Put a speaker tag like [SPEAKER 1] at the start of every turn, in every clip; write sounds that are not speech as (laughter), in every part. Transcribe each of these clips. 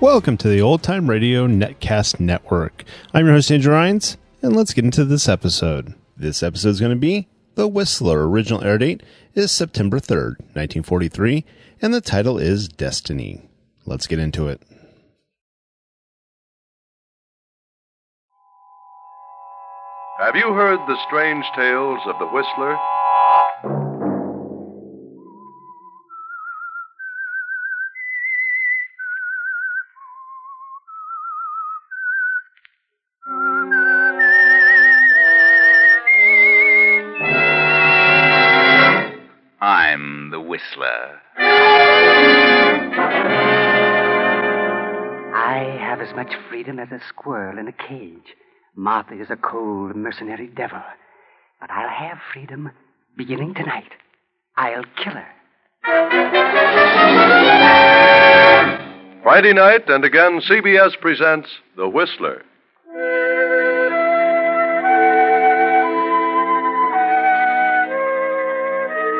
[SPEAKER 1] Welcome to the Old Time Radio Netcast Network. I'm your host, Andrew Rhines, and let's get into this episode. This episode is going to be The Whistler. Original air date is September 3rd, 1943, and the title is Destiny. Let's get into it.
[SPEAKER 2] Have you heard the strange tales of the Whistler?
[SPEAKER 3] I'm the Whistler.
[SPEAKER 4] I have as much freedom as a squirrel in a cage. Martha is a cold, mercenary devil. But I'll have freedom beginning tonight. I'll kill her.
[SPEAKER 2] Friday night, and again, CBS presents The Whistler.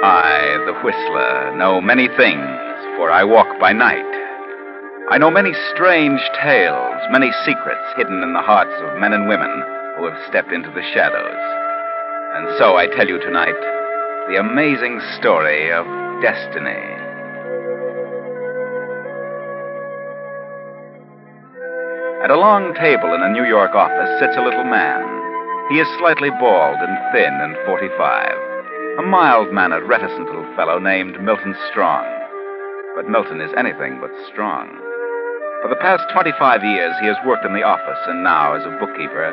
[SPEAKER 3] I, the Whistler, know many things, for I walk by night. I know many strange tales, many secrets hidden in the hearts of men and women who have stepped into the shadows. And so I tell you tonight the amazing story of destiny. At a long table in a New York office sits a little man. He is slightly bald and thin and 45. A mild mannered, reticent little fellow named Milton Strong. But Milton is anything but strong. For the past 25 years, he has worked in the office and now, as a bookkeeper,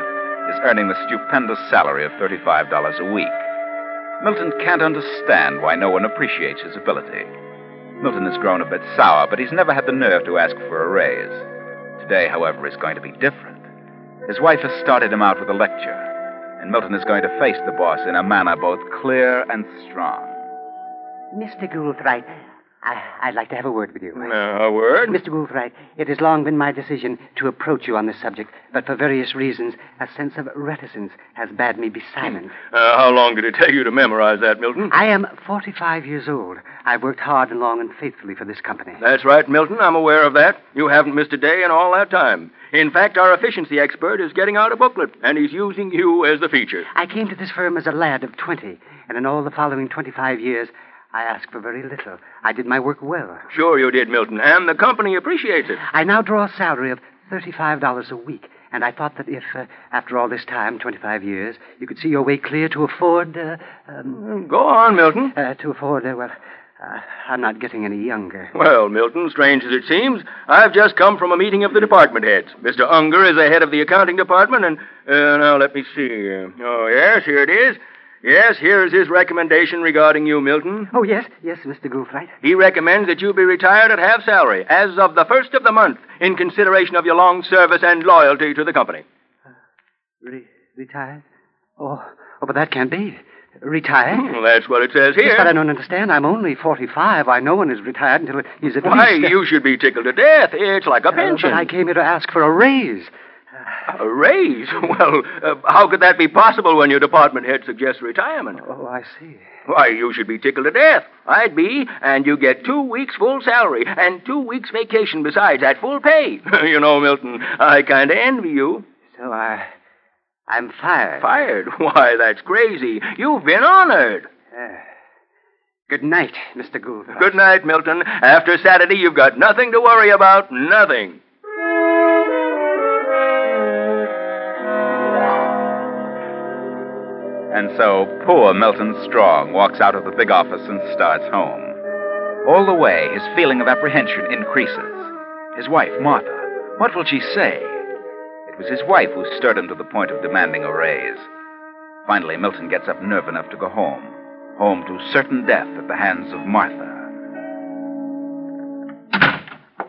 [SPEAKER 3] is earning the stupendous salary of $35 a week. Milton can't understand why no one appreciates his ability. Milton has grown a bit sour, but he's never had the nerve to ask for a raise. Today, however, is going to be different. His wife has started him out with a lecture, and Milton is going to face the boss in a manner both clear and strong.
[SPEAKER 4] Mr. Goulthright, I, I'd like to have a word with you.
[SPEAKER 2] Uh,
[SPEAKER 3] No word?
[SPEAKER 4] Mr. Goulthright, it has long been my decision to approach you on this subject, but for various reasons, a sense of reticence has bade me be silent.
[SPEAKER 2] Uh, how long did it take you to memorize that, Milton?
[SPEAKER 4] I am 45 years old. I've worked hard and long and faithfully for this company.
[SPEAKER 2] That's right, Milton. I'm aware of that. You haven't missed a day in all that time. In fact, our efficiency expert is getting out a booklet, and he's using you as the feature.
[SPEAKER 4] I came to this firm as a lad of 20, and in all the following 25 years, I asked for very little. I did my work well.
[SPEAKER 2] Sure, you did, Milton, and the company appreciates it.
[SPEAKER 4] I now draw a salary of $35 a week, and I thought that if, uh, after all this time, 25 years, you could see your way clear to afford, uh, um,
[SPEAKER 2] Go on, Milton.
[SPEAKER 4] uh, to afford, uh, well, uh, I'm not getting any younger.
[SPEAKER 2] Well, Milton, strange as it seems, I've just come from a meeting of the department heads. Mr. Unger is the head of the accounting department, and uh, now let me see. uh, Oh, yes, here it is. Yes, here is his recommendation regarding you, Milton.
[SPEAKER 4] Oh, yes, yes, Mr. Goulthright.
[SPEAKER 2] He recommends that you be retired at half salary as of the first of the month in consideration of your long service and loyalty to the company.
[SPEAKER 4] Re- retired? Oh, oh, but that can't be. Retired?
[SPEAKER 2] Well, that's what it says
[SPEAKER 4] Yes, but I
[SPEAKER 2] here.
[SPEAKER 4] don't understand. I'm only 45. Why, no one is retired until he's at
[SPEAKER 2] Why,
[SPEAKER 4] least... uh,
[SPEAKER 2] you should be tickled to death. It's like a
[SPEAKER 4] Oh,
[SPEAKER 2] pension.
[SPEAKER 4] but I came here to ask for a raise.
[SPEAKER 2] A raise? (laughs) Well, uh, how could that be possible when your department head suggests retirement?
[SPEAKER 4] Oh, I see.
[SPEAKER 2] Why, you should be tickled to death. I'd be, and you get two weeks full salary and two weeks vacation besides at full pay. (laughs) you know, Milton, I kind of envy you.
[SPEAKER 4] So I, I'm fired.
[SPEAKER 2] Fired? (laughs) Why, that's crazy. You've been honored.
[SPEAKER 4] Good night, Mr. Gould.
[SPEAKER 2] Good night, Milton. After Saturday, you've got nothing to worry about. Nothing.
[SPEAKER 3] And so poor Milton Strong walks out of the big office and starts home. All the way, his feeling of apprehension increases. His wife, Martha, what will she say? It was his wife who stirred him to the point of demanding a raise. Finally, Milton gets up nerve enough to go home. Home to certain death at the hands of Martha.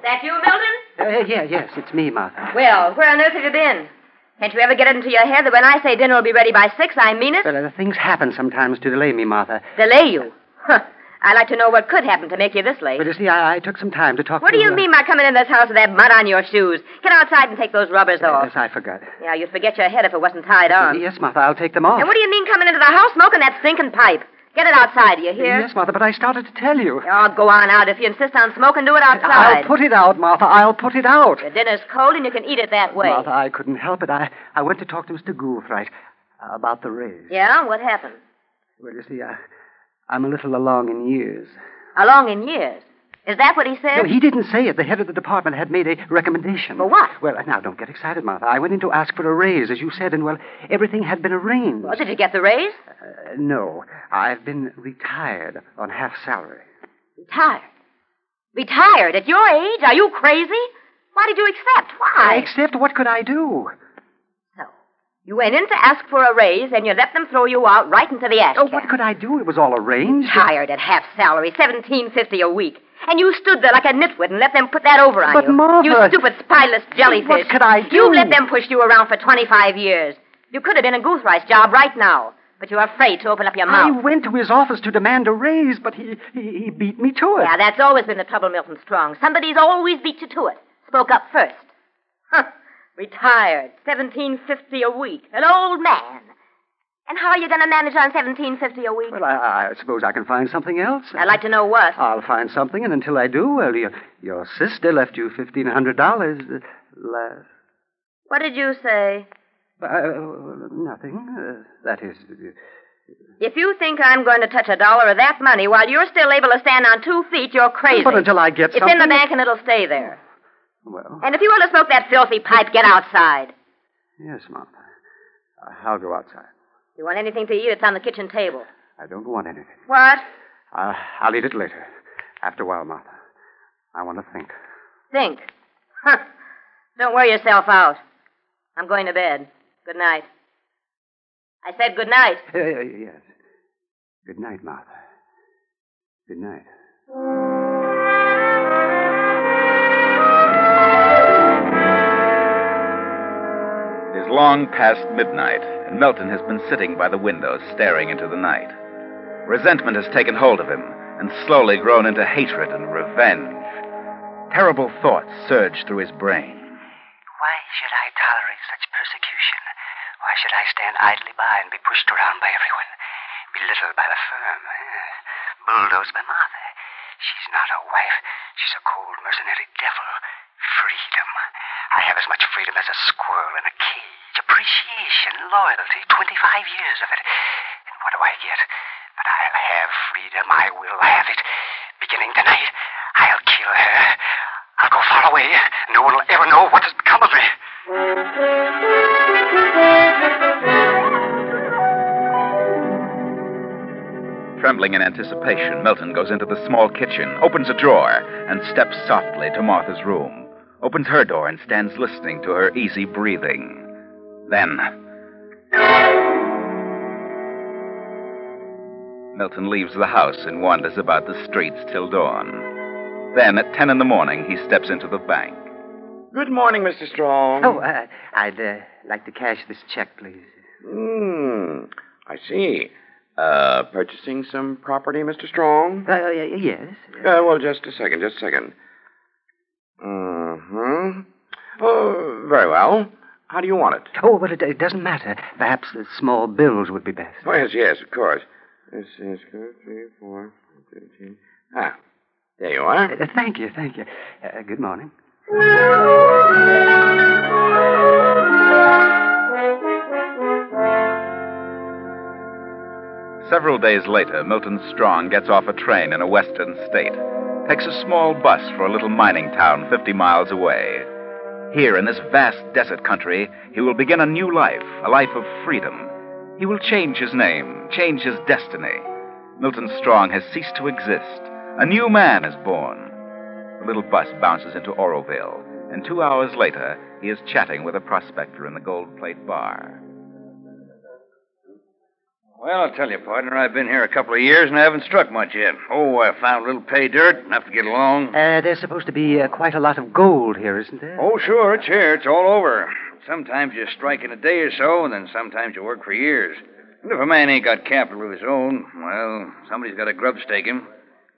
[SPEAKER 5] That you, Milton?
[SPEAKER 4] Uh, yeah, yes, it's me, Martha.
[SPEAKER 5] Well, where on earth have you been? Can't you ever get it into your head that when I say dinner will be ready by six, I mean it?
[SPEAKER 4] Well, uh, things happen sometimes to delay me, Martha.
[SPEAKER 5] Delay you? Huh. I'd like to know what could happen to make you this late.
[SPEAKER 4] But you see, I, I took some time to talk.
[SPEAKER 5] What
[SPEAKER 4] to,
[SPEAKER 5] do you
[SPEAKER 4] uh,
[SPEAKER 5] mean by coming in this house with that mud on your shoes? Get outside and take those rubbers
[SPEAKER 4] Yes,
[SPEAKER 5] off.
[SPEAKER 4] I forgot.
[SPEAKER 5] Yeah, you'd forget your head if it wasn't tied on.
[SPEAKER 4] Yes, Martha, I'll take them off.
[SPEAKER 5] And what do you mean coming into the house smoking that stinking pipe? Get it outside, do you hear?
[SPEAKER 4] Yes, Martha, but I started to tell you.
[SPEAKER 5] Oh, go on out. If you insist on smoking, do it outside.
[SPEAKER 4] I'll put it out, Martha. I'll put it out.
[SPEAKER 5] Your dinner's cold, and you can eat it that way.
[SPEAKER 4] Martha, I couldn't help it. I, I went to talk to Mr. Goulthright about the raise.
[SPEAKER 5] Yeah? What happened?
[SPEAKER 4] Well, you see, I, I'm a little along in years.
[SPEAKER 5] Along in years. Is that what he said?
[SPEAKER 4] No, he didn't say it. The head of the department had made a recommendation.
[SPEAKER 5] For what?
[SPEAKER 4] Well, now, don't get excited, Martha. I went in to ask for a raise, as you said, and, well, everything had been arranged.
[SPEAKER 5] Well, did you get the raise?
[SPEAKER 4] Uh, no, I've been retired on half salary.
[SPEAKER 5] Retired. Retired at your age? Are you crazy? Why did you accept? Why?
[SPEAKER 4] Except what could I do?
[SPEAKER 5] So, you went in to ask for a raise, and you let them throw you out right into the ash
[SPEAKER 4] Oh,
[SPEAKER 5] can.
[SPEAKER 4] what could I do? It was all arranged.
[SPEAKER 5] Retired at half salary, seventeen fifty a week. And you stood there like a nitwit and let them put that over on
[SPEAKER 4] But,
[SPEAKER 5] you.
[SPEAKER 4] Martha-
[SPEAKER 5] You stupid, spyless jellyfish.
[SPEAKER 4] What could I do?
[SPEAKER 5] You let them push you around for 25 years. You could have been a goose rice job right now, but you're afraid to open up your
[SPEAKER 4] I
[SPEAKER 5] mouth.
[SPEAKER 4] went to his office to demand a raise, but he, he, he beat me to it.
[SPEAKER 5] Yeah, that's always been the trouble, Milton Strong. Somebody's always beat you to it. Spoke up first. Huh. Retired. Seventeen fifty a week. An old man. And how are you going to manage on seventeen fifty a week?
[SPEAKER 4] Well, I, I suppose I can find something else.
[SPEAKER 5] I'd like to know what.
[SPEAKER 4] I'll find something, and until I do, well, your, your sister left you fifteen hundred dollars uh, last.
[SPEAKER 5] What did you say?
[SPEAKER 4] Uh, nothing. Uh, that is.
[SPEAKER 5] If you think I'm going to touch a dollar of that money while you're still able to stand on two feet, you're crazy.
[SPEAKER 4] But until I get
[SPEAKER 5] it's
[SPEAKER 4] something.
[SPEAKER 5] in the bank and it'll stay there.
[SPEAKER 4] Well,
[SPEAKER 5] And if you want to smoke that filthy pipe, get outside.
[SPEAKER 4] yes, Martha. I'll go outside.
[SPEAKER 5] You want anything to eat? It's on the kitchen table.
[SPEAKER 4] I don't want anything.
[SPEAKER 5] What?
[SPEAKER 4] I'll, I'll eat it later. After a while, Martha. I want to think.
[SPEAKER 5] Think. Huh. Don't wear yourself out. I'm going to bed. Good night. I said good night.
[SPEAKER 4] Uh, yes. Good night, Martha. Good night.
[SPEAKER 3] It is long past midnight, and Melton has been sitting by the window staring into the night. Resentment has taken hold of him and slowly grown into hatred and revenge. Terrible thoughts surge through his brain.
[SPEAKER 4] Why should I tolerate such persecution? Why should I stand idly by and be pushed around by everyone, belittled by the firm, eh, bulldozed by Martha? She's not a wife. She's a cold mercenary devil. Freedom. I have as much freedom as a squirrel in a cage. Appreciation, loyalty, 25 years of it. And what do I get? But I'll have freedom. I will have it. Beginning tonight, I'll kill her. I'll go far away. No one will ever know what has become of me.
[SPEAKER 3] Trembling in anticipation, Melton goes into the small kitchen, opens a drawer, and steps softly to Martha's room. Opens her door and stands listening to her easy breathing. Then. Milton leaves the house and wanders about the streets till dawn. Then, at ten in the morning, he steps into the bank.
[SPEAKER 2] Good morning, Mr. Strong.
[SPEAKER 4] Oh, uh, I'd uh, like to cash this check, please.
[SPEAKER 2] Hmm. I see. Uh, purchasing some property, Mr. Strong?
[SPEAKER 4] Uh, yes.
[SPEAKER 2] Uh, well, just a second, just a second. Mm-hmm. Oh, very well. How do you want it?
[SPEAKER 4] Oh, but it, it doesn't matter. Perhaps the small bills would be best.
[SPEAKER 2] Oh, yes, yes, of course. This is good. Three, four, fifteen. Ah, there you are.
[SPEAKER 4] Uh, thank you, thank you. Uh, good morning.
[SPEAKER 3] Several days later, Milton Strong gets off a train in a western state, takes a small bus for a little mining town 50 miles away. Here, in this vast desert country, he will begin a new life, a life of freedom. He will change his name, change his destiny. Milton Strong has ceased to exist. A new man is born. The little bus bounces into Oroville, and two hours later, he is chatting with a prospector in the gold plate bar.
[SPEAKER 2] Well, I'll tell you, partner, I've been here a couple of years and I haven't struck much yet. Oh, I found a little pay dirt, enough to get along.
[SPEAKER 4] Uh, there's supposed to be uh, quite a lot of gold here, isn't uh, there?
[SPEAKER 2] Oh, sure, it's here. It's all over. Sometimes you strike in a day or so, and then sometimes you work for years. And if a man ain't got capital of his own, well, somebody's got to grubstake him.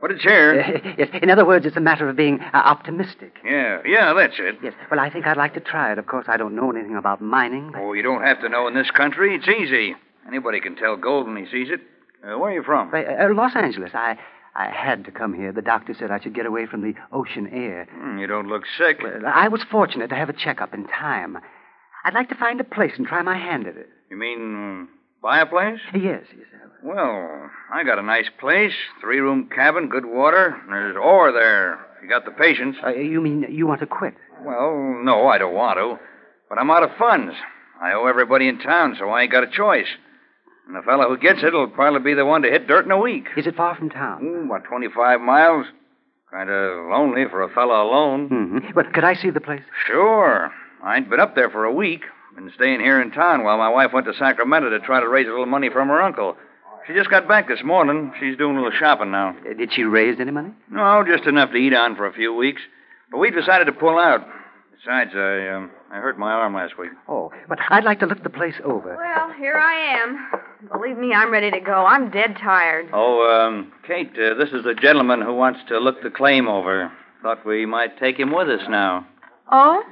[SPEAKER 2] But it's
[SPEAKER 4] (laughs)
[SPEAKER 2] here.
[SPEAKER 4] (laughs) yes. In other words, it's a matter of being uh, optimistic.
[SPEAKER 2] Yeah, yeah, that's it.
[SPEAKER 4] Yes. Well, I think I'd like to try it. Of course, I don't know anything about mining. But...
[SPEAKER 2] Oh, you don't have to know in this country. It's easy. Anybody can tell gold when he sees it.
[SPEAKER 3] Uh, where are you from?
[SPEAKER 4] Right, uh, uh, Los Angeles. I, I had to come here. The doctor said I should get away from the ocean air.
[SPEAKER 3] Hmm, you don't look sick.
[SPEAKER 4] Well, I was fortunate to have a checkup in time. I'd like to find a place and try my hand at it.
[SPEAKER 3] You mean mm, buy a place?
[SPEAKER 4] Yes, yes.
[SPEAKER 3] Well, I got a nice place. Three room cabin, good water. and There's ore there. If You got the patience.
[SPEAKER 4] Uh, you mean you want to quit?
[SPEAKER 3] Well, no, I don't want to. But I'm out of funds. I owe everybody in town, so I ain't got a choice. And the fellow who gets it will probably be the one to hit dirt in a week.
[SPEAKER 4] Is it far from town?
[SPEAKER 3] Ooh, about 25 miles. Kind of lonely for a fellow alone.
[SPEAKER 4] Mm-hmm. But could I see the place?
[SPEAKER 3] Sure. I ain't been up there for a week. Been staying here in town while my wife went to Sacramento to try to raise a little money from her uncle. She just got back this morning. She's doing a little shopping now.
[SPEAKER 4] Uh, Did she raise any money?
[SPEAKER 3] No, just enough to eat on for a few weeks. But we decided to pull out. Besides, I um, I hurt my arm last week.
[SPEAKER 4] Oh, but I'd like to look the place over.
[SPEAKER 6] Well, here I am. Believe me, I'm ready to go. I'm dead tired.
[SPEAKER 3] Oh, um, Kate, uh, this is the gentleman who wants to look the claim over. Thought we might take him with us now.
[SPEAKER 6] Oh?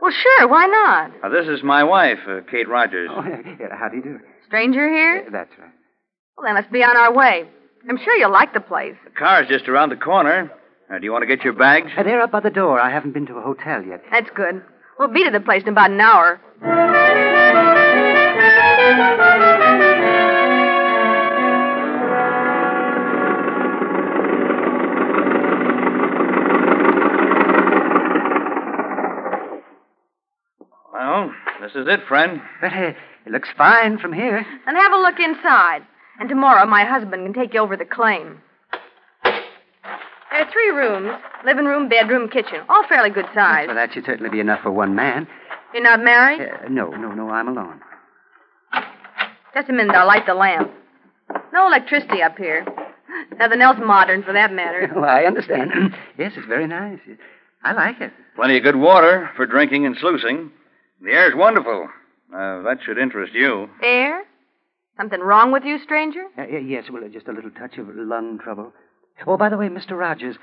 [SPEAKER 6] Well, sure, why not?
[SPEAKER 3] Now, this is my wife, uh, Kate Rogers.
[SPEAKER 4] Oh, (laughs) yeah, how do you do?
[SPEAKER 6] Stranger here?
[SPEAKER 4] Uh, That's right.
[SPEAKER 6] Well, then let's be on our way. I'm sure you'll like the place.
[SPEAKER 3] The car's just around the corner. Now, do you want to get your bags?
[SPEAKER 4] Uh, they're up by the door. I haven't been to a hotel yet.
[SPEAKER 6] That's good. We'll be to the place in about an hour.
[SPEAKER 3] Well, this is it, friend.
[SPEAKER 4] But hey, it looks fine from here.
[SPEAKER 6] And have a look inside. And tomorrow my husband can take you over the claim. There are three rooms living room, bedroom, kitchen. All fairly good size.
[SPEAKER 4] Well, that should certainly be enough for one man.
[SPEAKER 6] You're not married?
[SPEAKER 4] Uh, no, no, no, I'm (laughs) alone.
[SPEAKER 6] Just a minute, I'll light the lamp. No electricity up here. Nothing else modern, for that matter.
[SPEAKER 4] Oh, I understand. (clears throat) yes, it's very nice. I like it.
[SPEAKER 3] Plenty of good water for drinking and sluicing. The air's wonderful. Uh, that should interest you.
[SPEAKER 6] Air? Something wrong with you, stranger?
[SPEAKER 4] Uh, y- yes, well, just a little touch of lung trouble. Oh, by the way, Mr. Rogers,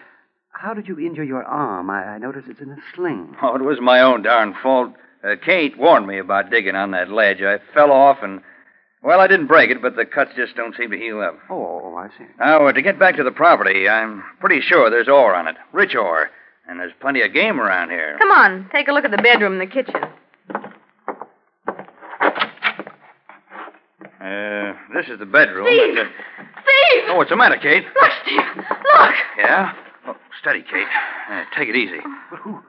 [SPEAKER 4] how did you injure your arm? I, I notice it's in a sling.
[SPEAKER 3] Oh, it was my own darn fault. Uh, Kate warned me about digging on that ledge. I fell off and, well, I didn't break it, but the cuts just don't seem to heal up.
[SPEAKER 4] Oh, I see.
[SPEAKER 3] Now, uh, to get back to the property, I'm pretty sure there's ore on it, rich ore, and there's plenty of game around here.
[SPEAKER 6] Come on, take a look at the bedroom and the kitchen.
[SPEAKER 3] Uh, this is the bedroom.
[SPEAKER 6] Steve!
[SPEAKER 3] It's
[SPEAKER 6] Steve!
[SPEAKER 3] a- Oh, what's the matter, Kate?
[SPEAKER 6] Look, Steve! Look!
[SPEAKER 3] Yeah? Oh, steady, Kate. Uh, take it easy.
[SPEAKER 4] But who,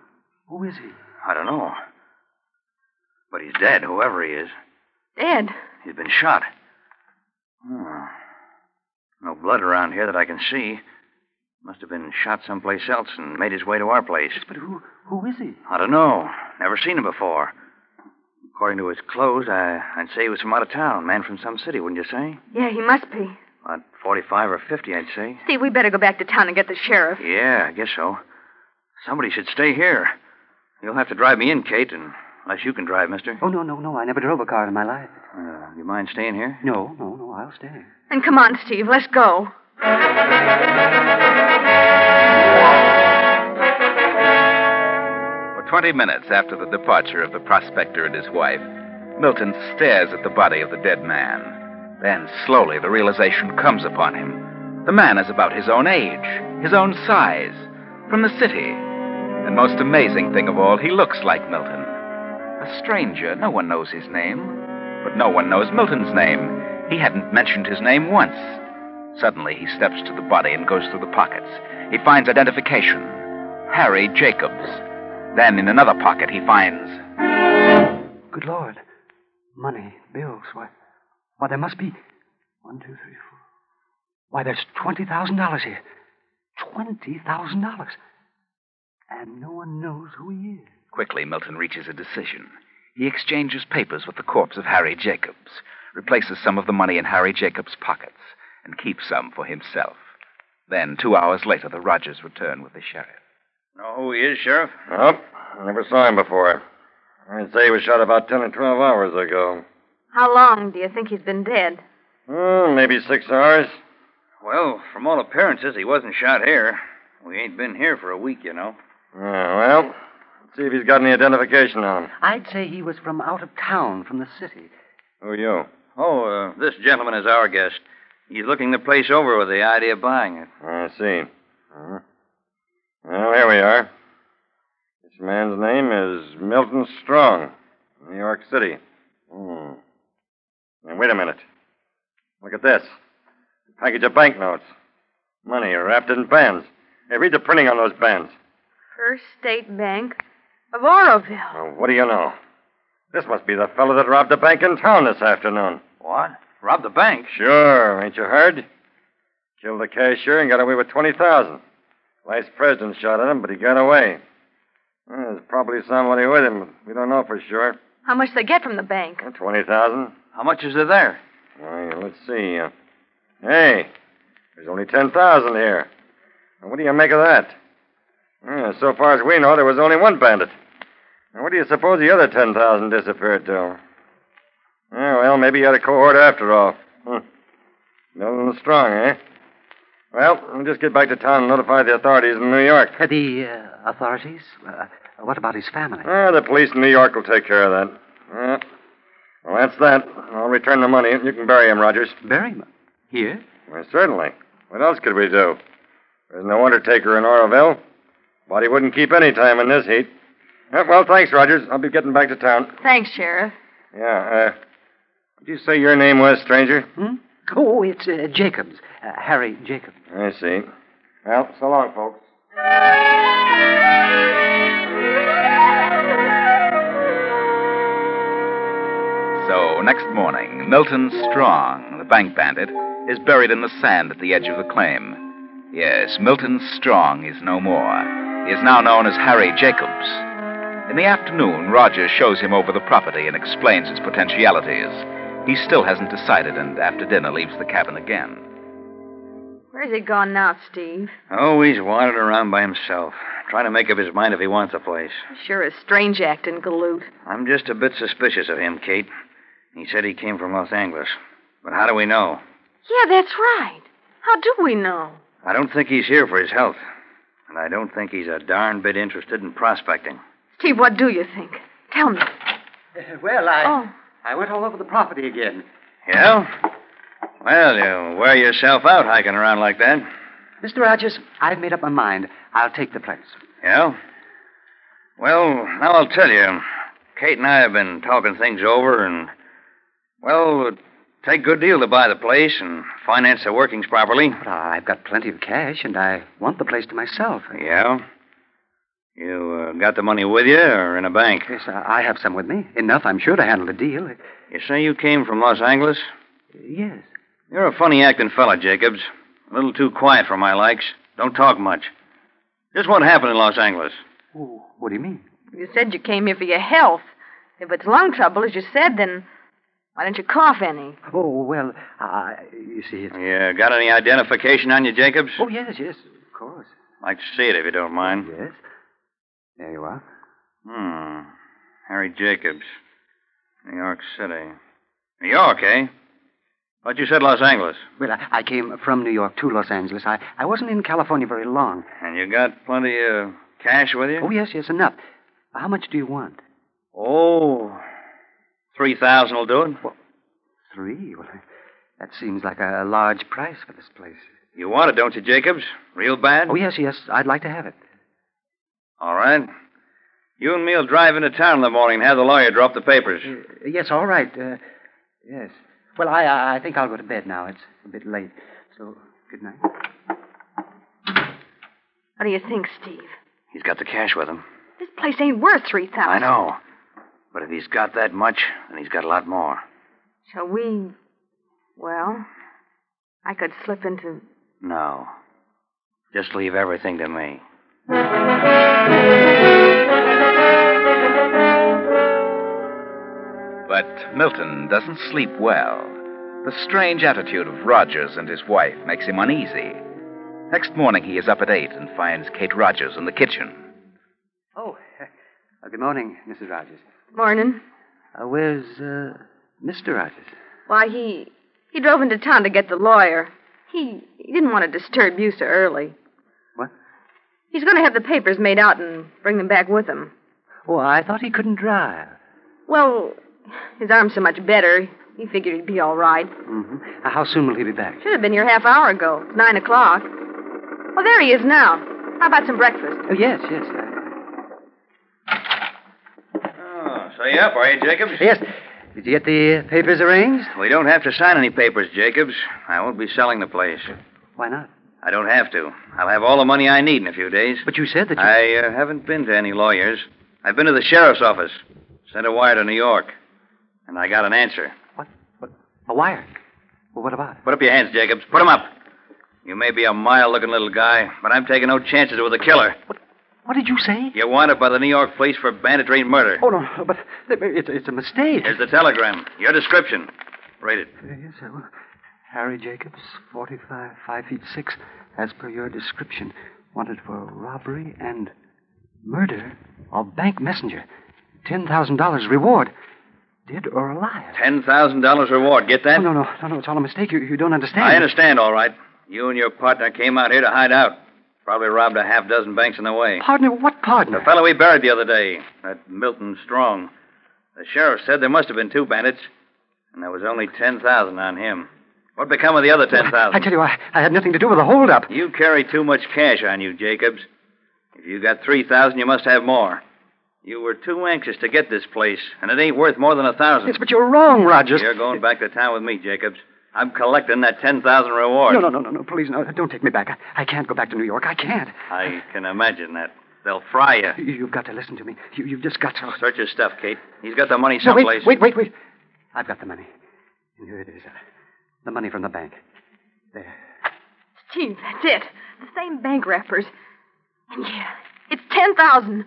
[SPEAKER 4] who is he?
[SPEAKER 3] I don't know. But he's dead, whoever he is.
[SPEAKER 6] Dead.
[SPEAKER 3] He's been shot. Hmm. No blood around here that I can see. Must have been shot someplace else and made his way to our place.
[SPEAKER 4] But who, who is he?
[SPEAKER 3] I don't know. Never seen him before. According to his clothes, I, I'd say he was from out of town. Man from some city, wouldn't you say?
[SPEAKER 6] Yeah, he must be.
[SPEAKER 3] About 45 or 50, I'd say.
[SPEAKER 6] Steve, we better go back to town and get the sheriff.
[SPEAKER 3] Yeah, I guess so. Somebody should stay here. You'll have to drive me in, Kate, and unless you can drive, mister.
[SPEAKER 4] Oh, no, no, no. I never drove a car in my life.
[SPEAKER 3] Uh, you mind staying here?
[SPEAKER 4] No, no, no. I'll stay.
[SPEAKER 6] And come on, Steve, let's go.
[SPEAKER 7] For 20 minutes after the departure of the prospector and his wife, Milton stares at the body of the dead man. Then, slowly, the realization comes upon him. The man is about his own age, his own size, from the city. And most amazing thing of all, he looks like Milton. A stranger. No one knows his name. But no one knows Milton's name. He hadn't mentioned his name once. Suddenly, he steps to the body and goes through the pockets. He finds identification Harry Jacobs. Then, in another pocket, he finds.
[SPEAKER 4] Good Lord. Money, bills. Why, why there must be. One, two, three, four. Why, there's $20,000 here. $20,000. And no one knows who he is.
[SPEAKER 7] Quickly, Milton reaches a decision. He exchanges papers with the corpse of Harry Jacobs, replaces some of the money in Harry Jacobs' pockets, and keeps some for himself. Then, two hours later, the Rogers return with the sheriff.
[SPEAKER 3] Know who he is, Sheriff?
[SPEAKER 2] Nope. I never saw him before. I'd say he was shot about 10 or 12 hours ago.
[SPEAKER 6] How long do you think he's been dead?
[SPEAKER 2] Hmm, maybe six hours.
[SPEAKER 3] Well, from all appearances, he wasn't shot here. We ain't been here for a week, you know.
[SPEAKER 2] Yeah, well, let's see if he's got any identification on him.
[SPEAKER 4] I'd say he was from out of town, from the city.
[SPEAKER 2] Who are you?
[SPEAKER 3] Oh, uh, this gentleman is our guest. He's looking the place over with the idea of buying it.
[SPEAKER 8] I see. Uh-huh. Well, here we are. This man's name is Milton Strong, New York City. Hmm. And wait a minute. Look at this. A package of banknotes. Money wrapped in bands. Hey, read the printing on those bands.
[SPEAKER 6] First State Bank of Oroville.
[SPEAKER 8] Well, what do you know? This must be the fellow that robbed the bank in town this afternoon.
[SPEAKER 3] What? Rob the bank?
[SPEAKER 8] Sure, ain't you heard? Killed the cashier and got away with 20000 Vice president shot at him, but he got away. Well, there's probably somebody with him. but We don't know for sure.
[SPEAKER 6] How much they get from the bank?
[SPEAKER 8] 20000
[SPEAKER 3] How much is there there?
[SPEAKER 8] Well, let's see. uh, hey, there's only 10000 here. Now, what do you make of that? Yeah, so far as we know, there was only one bandit. Now, what do you suppose the other 10000 disappeared to? Yeah, well, maybe he had a cohort after all. Hmm. Nothing strong, eh? Well, we'll just get back to town and notify the authorities in New York.
[SPEAKER 9] The uh, authorities? Uh, what about his family?
[SPEAKER 8] Ah, the police in New York will take care of that. Yeah. Well, that's that. I'll return the money. You can bury him, Rogers.
[SPEAKER 9] Bury him here?
[SPEAKER 8] Well, certainly. What else could we do? There's no undertaker in Oroville. Body wouldn't keep any time in this heat. Uh, well, thanks, Rogers. I'll be getting back to town.
[SPEAKER 6] Thanks, Sheriff.
[SPEAKER 8] Yeah, uh, did you say your name was, stranger?
[SPEAKER 9] Oh, it's uh, Jacobs, uh, Harry Jacobs.
[SPEAKER 8] I see. Well, so long, folks.
[SPEAKER 10] So, next morning, Milton Strong, the bank bandit, is buried in the sand at the edge of the claim. Yes, Milton Strong is no more. He is now known as Harry Jacobs. In the afternoon, Rogers shows him over the property and explains its potentialities. He still hasn't decided, and after dinner leaves the cabin again.
[SPEAKER 6] Where's he gone now, Steve?
[SPEAKER 3] Oh, he's wandered around by himself, trying to make up his mind if he wants the place.
[SPEAKER 6] Sure is strange acting, Galoot.
[SPEAKER 3] I'm just a bit suspicious of him, Kate. He said he came from Los Angeles. But how do we know?
[SPEAKER 6] Yeah, that's right. How do we know?
[SPEAKER 3] I don't think he's here for his health. And I don't think he's a darn bit interested in prospecting.
[SPEAKER 6] Steve, what do you think? Tell me.
[SPEAKER 4] Eh, Well, I
[SPEAKER 6] Oh,
[SPEAKER 4] I went all over the property again.
[SPEAKER 3] Yeah? Well, you wear yourself out hiking around like that.
[SPEAKER 4] Mr. Rogers, I've made up my mind. I'll take the place.
[SPEAKER 3] Yeah? Well, now I'll tell you. Kate and I have been talking things over, and, well, it'd take a good deal to buy the place and finance the workings properly.
[SPEAKER 4] But I've got plenty of cash, and I want the place to myself.
[SPEAKER 3] Yeah? You uh, got the money with you or in a bank?
[SPEAKER 4] Yes, uh, I I have some with me. Enough, I'm sure, to handle the deal.
[SPEAKER 3] You say you came from Los Angeles?
[SPEAKER 4] Yes.
[SPEAKER 3] You're a funny acting fella, Jacobs. A little too quiet for my likes. Don't talk much. Just what happened in Los Angeles?
[SPEAKER 4] Oh, what do you mean?
[SPEAKER 6] you said you came here for your health. If it's lung trouble, as you said, then why don't you cough any?
[SPEAKER 4] Oh, well, I you see, it's...
[SPEAKER 3] You got any identification on you, Jacobs?
[SPEAKER 4] Oh, yes, yes, of course.
[SPEAKER 3] Like to see it if you don't mind.
[SPEAKER 4] Yes. There you are.
[SPEAKER 3] Hmm. Harry Jacobs. New York City. New York, eh? But you said Los Angeles.
[SPEAKER 4] Well, I, I came from New York to Los Angeles. I, I wasn't in California very long.
[SPEAKER 3] And you got plenty of cash with you?
[SPEAKER 4] Oh, yes, yes, enough. How much do you want?
[SPEAKER 3] Oh. Three thousand will do it.
[SPEAKER 4] Three? Well, that seems like a large price for this place.
[SPEAKER 3] You want it, don't you, Jacobs? Real bad?
[SPEAKER 4] Oh, yes, yes, I'd like to have it.
[SPEAKER 3] All right. You and me'll drive into town in the morning and have the lawyer drop the papers.
[SPEAKER 4] Uh, yes, all right. Uh, yes. Well, I- I, I think I'll go to bed now. It's a bit late. So, good night.
[SPEAKER 6] What do you think, Steve?
[SPEAKER 3] He's got the cash with him.
[SPEAKER 6] This place ain't worth three thousand.
[SPEAKER 3] I know. But if he's got that much, then he's got a lot more.
[SPEAKER 6] Shall we? Well, I could slip into.
[SPEAKER 3] No. Just leave everything to me.
[SPEAKER 10] But Milton doesn't sleep well. The strange attitude of Rogers and his wife makes him uneasy. Next morning, he is up at 8 and finds Kate Rogers in the kitchen.
[SPEAKER 4] Oh, uh, good morning, Mrs. Rogers.
[SPEAKER 6] Morning.
[SPEAKER 4] Uh, where's uh, Mr. Rogers?
[SPEAKER 6] Why, he. He drove into town to get the lawyer. He, he didn't want to disturb you so early.
[SPEAKER 4] What?
[SPEAKER 6] He's going to have the papers made out and bring them back with him.
[SPEAKER 4] Oh, I thought he couldn't drive.
[SPEAKER 6] Well, his arm's so much better. He figured he'd be all right.
[SPEAKER 4] Mm-hmm. How soon will he be back?
[SPEAKER 6] Should have been here half hour ago. It's nine o'clock. Oh, there he is now. How about some breakfast?
[SPEAKER 4] Oh, yes, yes. I-
[SPEAKER 8] Oh, so you up, are you, Jacobs?
[SPEAKER 4] Yes. Did you get the uh, papers arranged?
[SPEAKER 8] We don't have to sign any papers, Jacobs. I won't be selling the place.
[SPEAKER 4] Why not?
[SPEAKER 8] I don't have to. I'll have all the money I need in a few days.
[SPEAKER 4] But you said that you.
[SPEAKER 8] I uh, haven't been to any lawyers. I've been to the sheriff's office, sent a wire to New York, and I got an answer.
[SPEAKER 4] What? what? A wire? Well, what about it?
[SPEAKER 8] Put up your hands, Jacobs. Put 'em up. You may be a mild looking little guy, but I'm taking no chances with a killer.
[SPEAKER 4] What did you say?
[SPEAKER 8] You're wanted by the New York police for banditry and murder.
[SPEAKER 4] Oh, no, no, but it's, it's a mistake.
[SPEAKER 8] Here's the telegram. Your description. Read it.
[SPEAKER 4] Yes, I will. Harry Jacobs, 45, 5 feet 6, as per your description. Wanted for robbery and murder of bank messenger. $10,000 reward. Dead or alive?
[SPEAKER 8] $10,000 reward. Get that?
[SPEAKER 4] Oh, no, no, no, no, it's all a mistake. You, you don't understand.
[SPEAKER 8] I understand, all right. You and your partner came out here to hide out. Probably robbed a half dozen banks in the way.
[SPEAKER 4] Partner, what partner?
[SPEAKER 8] The fellow we buried the other day, that Milton Strong. The sheriff said there must have been two bandits, and there was only 10000 on him. What become of the other
[SPEAKER 4] I
[SPEAKER 8] 10000
[SPEAKER 4] tell you, I, I had nothing to do with the holdup.
[SPEAKER 8] You carry too much cash on you, Jacobs. If you got 3000 you must have more. You were too anxious to get this place, and it ain't worth more than a thousand.
[SPEAKER 4] Yes, but you're wrong, Rogers.
[SPEAKER 8] You're going back to town with me, Jacobs. I'm collecting that 10000 reward.
[SPEAKER 4] No, no, no, no, no, please, no, don't take me back. I, I can't go back to New York. I can't.
[SPEAKER 8] I can imagine that. They'll fry you.
[SPEAKER 4] You- You've got to listen to me. You, you've just got to.
[SPEAKER 8] Search his stuff, Kate. He's got the money
[SPEAKER 4] No,
[SPEAKER 8] someplace.
[SPEAKER 4] wait, wait, wait, wait. I've got the money. And here it is. Uh, the money from the bank. There.
[SPEAKER 6] Gee, that's it. The same bank wrappers. And yeah, it's 10,000. No,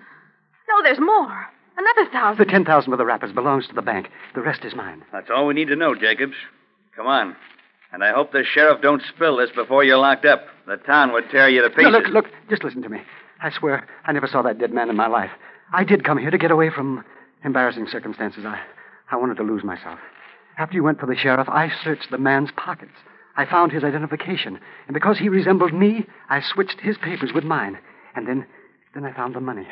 [SPEAKER 6] there's more. Another
[SPEAKER 4] The
[SPEAKER 6] thousand.
[SPEAKER 4] 10000 with the wrappers belongs to the bank. The rest is mine.
[SPEAKER 8] That's all we need to know, Jacobs. Come on. And I hope the sheriff don't spill this before you're locked up. The town would tear you to
[SPEAKER 4] No,
[SPEAKER 8] pieces.
[SPEAKER 4] look, look, just listen to me. I swear, I never saw that dead man in my life. I did come here to get away from embarrassing circumstances. I, I wanted to lose myself. After you went for the sheriff, I searched the man's pockets. I found his identification. And because he resembled me, I switched his papers with mine. And then, then I found the money.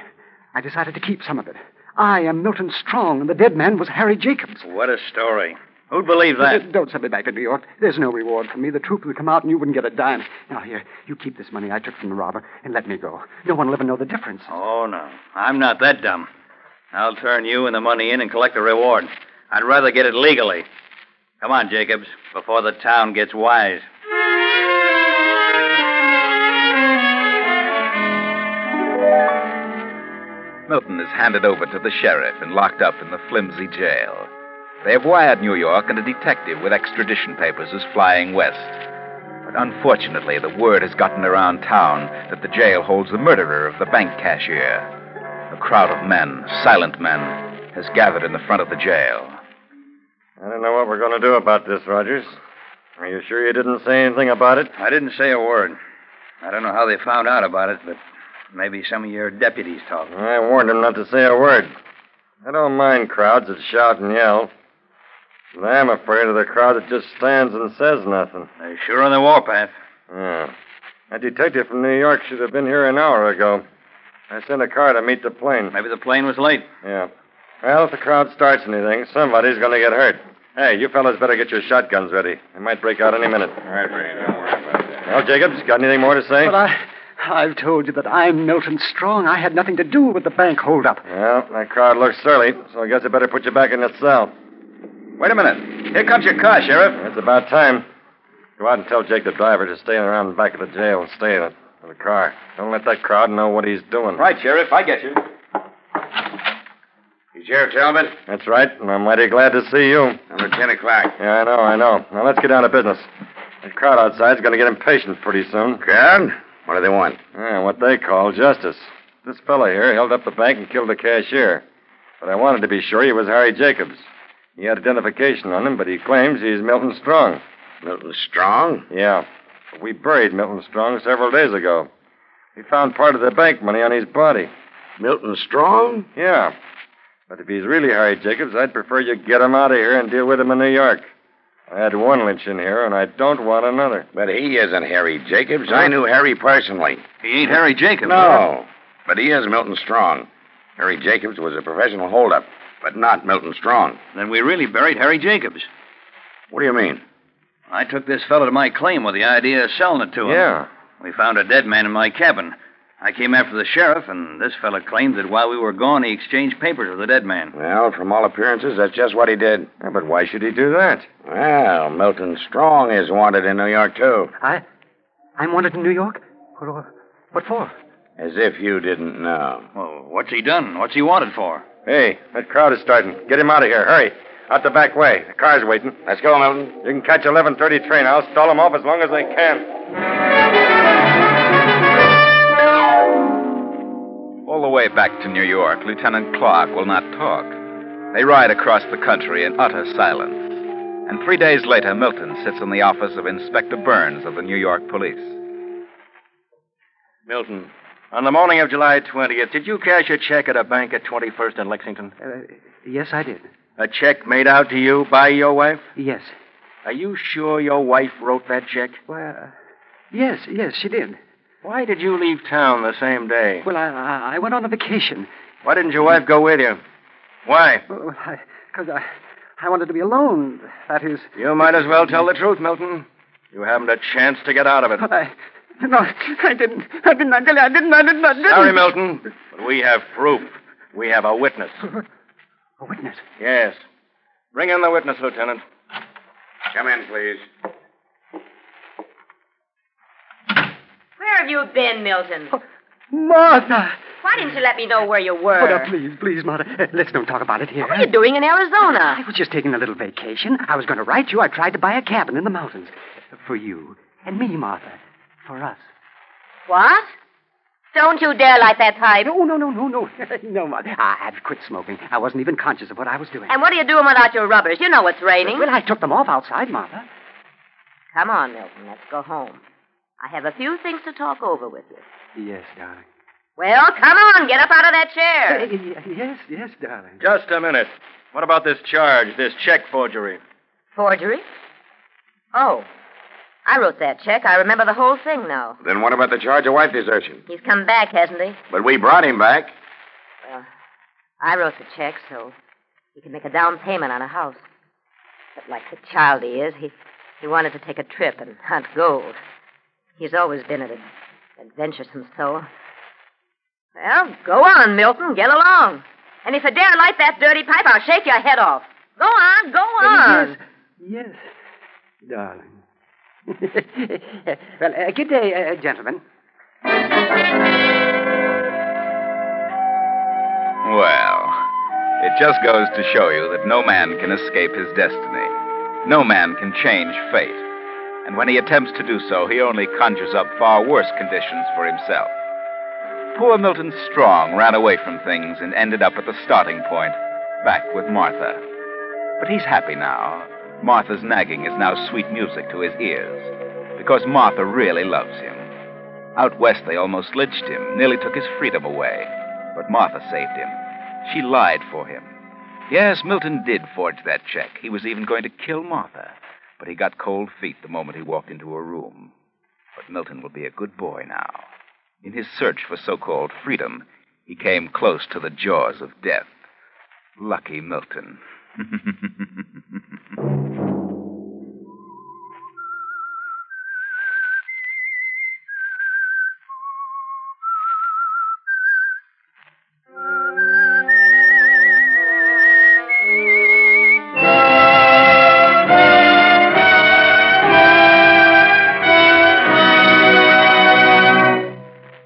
[SPEAKER 4] I decided to keep some of it. I am Milton Strong, and the dead man was Harry Jacobs.
[SPEAKER 8] What a story. Who'd believe that?
[SPEAKER 4] Uh, Don't- Don't send me back to New York. There's no reward for me. The truth would come out and you wouldn't get a dime. Now, here, you keep this money I took from the robber and let me go. No one will ever know the difference.
[SPEAKER 8] Oh, no. I'm not that dumb. I'll turn you and the money in and collect the reward. I'd rather get it legally. Come on, Jacobs, before the town gets wise.
[SPEAKER 3] Milton is handed over to the sheriff and locked up in the flimsy jail. They have wired New York, and a detective with extradition papers is flying west. But unfortunately, the word has gotten around town that the jail holds the murderer of the bank cashier. A crowd of men, silent men, has gathered in the front of the jail.
[SPEAKER 2] I don't know what we're going to do about this, Rogers. Are you sure you didn't say anything about it?
[SPEAKER 8] I didn't say a word. I don't know how they found out about it, but maybe some of your deputies talked.
[SPEAKER 2] I warned him not to say a word. I don't mind crowds that shout and yell. But I am afraid of the crowd that just stands and says nothing.
[SPEAKER 8] They're sure on the warpath.
[SPEAKER 2] Yeah. That detective from New York should have been here an hour ago. I sent a car to meet the plane.
[SPEAKER 8] Maybe the plane was late.
[SPEAKER 2] Yeah. Well, if the crowd starts anything, somebody's going to get hurt. Hey, you fellas better get your shotguns ready. They might break out any minute. All right, Brady, don't worry about that. Well, Jacobs, got anything more to say?
[SPEAKER 4] But I, I've told you that I'm Milton Strong. I had nothing to do with the bank holdup.
[SPEAKER 2] Well, that crowd looks surly, so I guess I better put you back in the cell.
[SPEAKER 8] Wait a minute. Here comes your car, Sheriff.
[SPEAKER 2] It's about time. Go out and tell Jake the driver to stay around the back of the jail and stay in it. In the car. Don't let that crowd know what he's doing.
[SPEAKER 8] Right, Sheriff. I get you. You Sheriff Talbot?
[SPEAKER 2] That's right, and I'm mighty glad to see you.
[SPEAKER 8] I'm Lieutenant Clark.
[SPEAKER 2] Yeah, I know, I know. Now let's get down to business. That crowd outside's going to get impatient pretty soon.
[SPEAKER 8] Crowd? What do they want?
[SPEAKER 2] Yeah, what they call justice. This fellow here held up the bank and killed the cashier. But I wanted to be sure he was Harry Jacobs. He had identification on him, but he claims he's Milton Strong.
[SPEAKER 8] Milton Strong?
[SPEAKER 2] Yeah. We buried Milton Strong several days ago. We found part of the bank money on his body.
[SPEAKER 8] Milton Strong?
[SPEAKER 2] Yeah. But if he's really Harry Jacobs, I'd prefer you get him out of here and deal with him in New York. I had one lynch in here, and I don't want another.
[SPEAKER 8] But he isn't Harry Jacobs. I knew Harry personally. He ain't Harry Jacobs.
[SPEAKER 11] No, but he is Milton Strong. Harry Jacobs was a professional holdup, but not Milton Strong.
[SPEAKER 8] Then we really buried Harry Jacobs.
[SPEAKER 3] What do you mean?
[SPEAKER 12] I took this fellow to my claim with the idea of selling it to him.
[SPEAKER 3] Yeah.
[SPEAKER 12] We found a dead man in my cabin. I came after the sheriff, and this fellow claimed that while we were gone, he exchanged papers with the dead man.
[SPEAKER 3] Well, from all appearances, that's just what he did.
[SPEAKER 13] Yeah, but why should he do that?
[SPEAKER 3] Well, Milton Strong is wanted in New York, too.
[SPEAKER 4] I. I'm wanted in New York? What, what for?
[SPEAKER 3] As if you didn't know.
[SPEAKER 12] Well, what's he done? What's he wanted for?
[SPEAKER 13] Hey, that crowd is starting. Get him out of here. Hurry. Out the back way. The car's waiting.
[SPEAKER 3] Let's go, Milton.
[SPEAKER 13] You can catch 11:30 train. I'll stall them off as long as I can.
[SPEAKER 8] All the way back to New York, Lieutenant Clark will not talk. They ride across the country in utter silence. And three days later, Milton sits in the office of Inspector Burns of the New York Police.
[SPEAKER 12] Milton, on the morning of July 20th, did you cash a check at a bank at 21st and Lexington?
[SPEAKER 4] Uh, yes, I did.
[SPEAKER 12] A check made out to you by your wife?
[SPEAKER 4] Yes.
[SPEAKER 12] Are you sure your wife wrote that check?
[SPEAKER 4] Well, uh, yes, yes, she did.
[SPEAKER 12] Why did you leave town the same day?
[SPEAKER 4] Well, I, I, I went on a vacation.
[SPEAKER 12] Why didn't your wife go with you? Why?
[SPEAKER 4] Well, because I, I, I wanted to be alone. That is.
[SPEAKER 12] You might as well tell the truth, Milton. You haven't a chance to get out of it.
[SPEAKER 4] I, no, I didn't. I didn't. I didn't. I didn't. I didn't. I didn't.
[SPEAKER 12] Sorry, Milton, but we have proof. We have a
[SPEAKER 2] (laughs)
[SPEAKER 12] witness.
[SPEAKER 4] A witness?
[SPEAKER 12] Yes. Bring in the witness, Lieutenant.
[SPEAKER 3] Come in, please.
[SPEAKER 5] Where have you been, Milton?
[SPEAKER 4] Oh, Martha!
[SPEAKER 5] Why didn't you let me know where you were?
[SPEAKER 4] Oh, no, please, please, Martha. Let's don't talk about it here.
[SPEAKER 5] What are you doing in Arizona?
[SPEAKER 4] Oh, I was just taking a little vacation. I was going to write you. I tried to buy a cabin in the mountains. For you and me, Martha. For us.
[SPEAKER 5] What? Don't you dare light that pipe.
[SPEAKER 4] No, no, no, no, no. (laughs) no, Mother. I had quit smoking. I wasn't even conscious of what I was doing.
[SPEAKER 5] And what are you doing without your rubbers? You know it's raining.
[SPEAKER 4] Well, I took them off outside, Martha.
[SPEAKER 5] Come on, Milton. Let's go home. I have a few things to talk over with you.
[SPEAKER 4] Yes, darling.
[SPEAKER 5] Well, come on. Get up out of that chair.
[SPEAKER 4] Uh, (laughs) yes, yes, darling.
[SPEAKER 12] Just a minute. What about this charge, this check forgery?
[SPEAKER 5] Forgery? Oh, I wrote that check. I remember the whole thing now.
[SPEAKER 3] Then what about the charge of wife desertion?
[SPEAKER 5] He's come back, hasn't he?
[SPEAKER 3] But we brought him back.
[SPEAKER 5] Well, I wrote the check so he could make a down payment on a house. But like the child he is, he, he wanted to take a trip and hunt gold. He's always been an adventuresome soul. Well, go on, Milton. Get along. And if you dare light that dirty pipe, I'll shake your head off. Go on, go on.
[SPEAKER 4] Yes, yes, darling. (laughs) well, uh, good day, uh, gentlemen.
[SPEAKER 8] Well, it just goes to show you that no man can escape his destiny. No man can change fate. And when he attempts to do so, he only conjures up far worse conditions for himself. Poor Milton Strong ran away from things and ended up at the starting point, back with Martha. But he's happy now, Martha's nagging is now sweet music to his ears because Martha really loves him. Out west, they almost lynched him, nearly took his freedom away, but Martha saved him. She lied for him. Yes, Milton did forge that check. He was even going to kill Martha, but he got cold feet the moment he walked into her room. But Milton will be a good boy now. In his search for so called freedom, he came close to the jaws of death. Lucky Milton.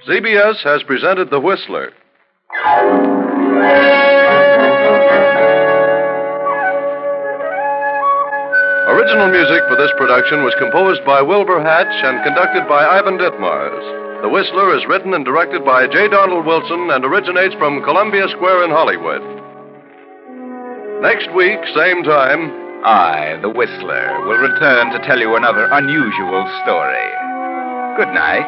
[SPEAKER 2] CBS has presented The Whistler. Original music for this production was composed by Wilbur Hatch and conducted by Ivan Ditmars. The Whistler is written and directed by J. Donald Wilson and originates from Columbia Square in Hollywood. Next week, same time.
[SPEAKER 8] I, the Whistler, will return to tell you another unusual story. Good night.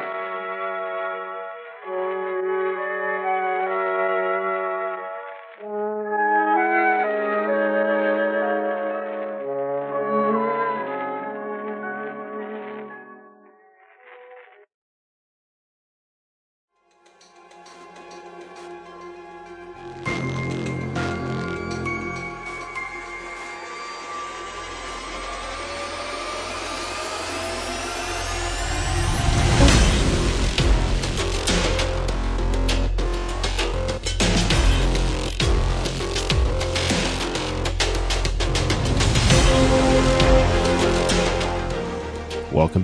[SPEAKER 1] Welcome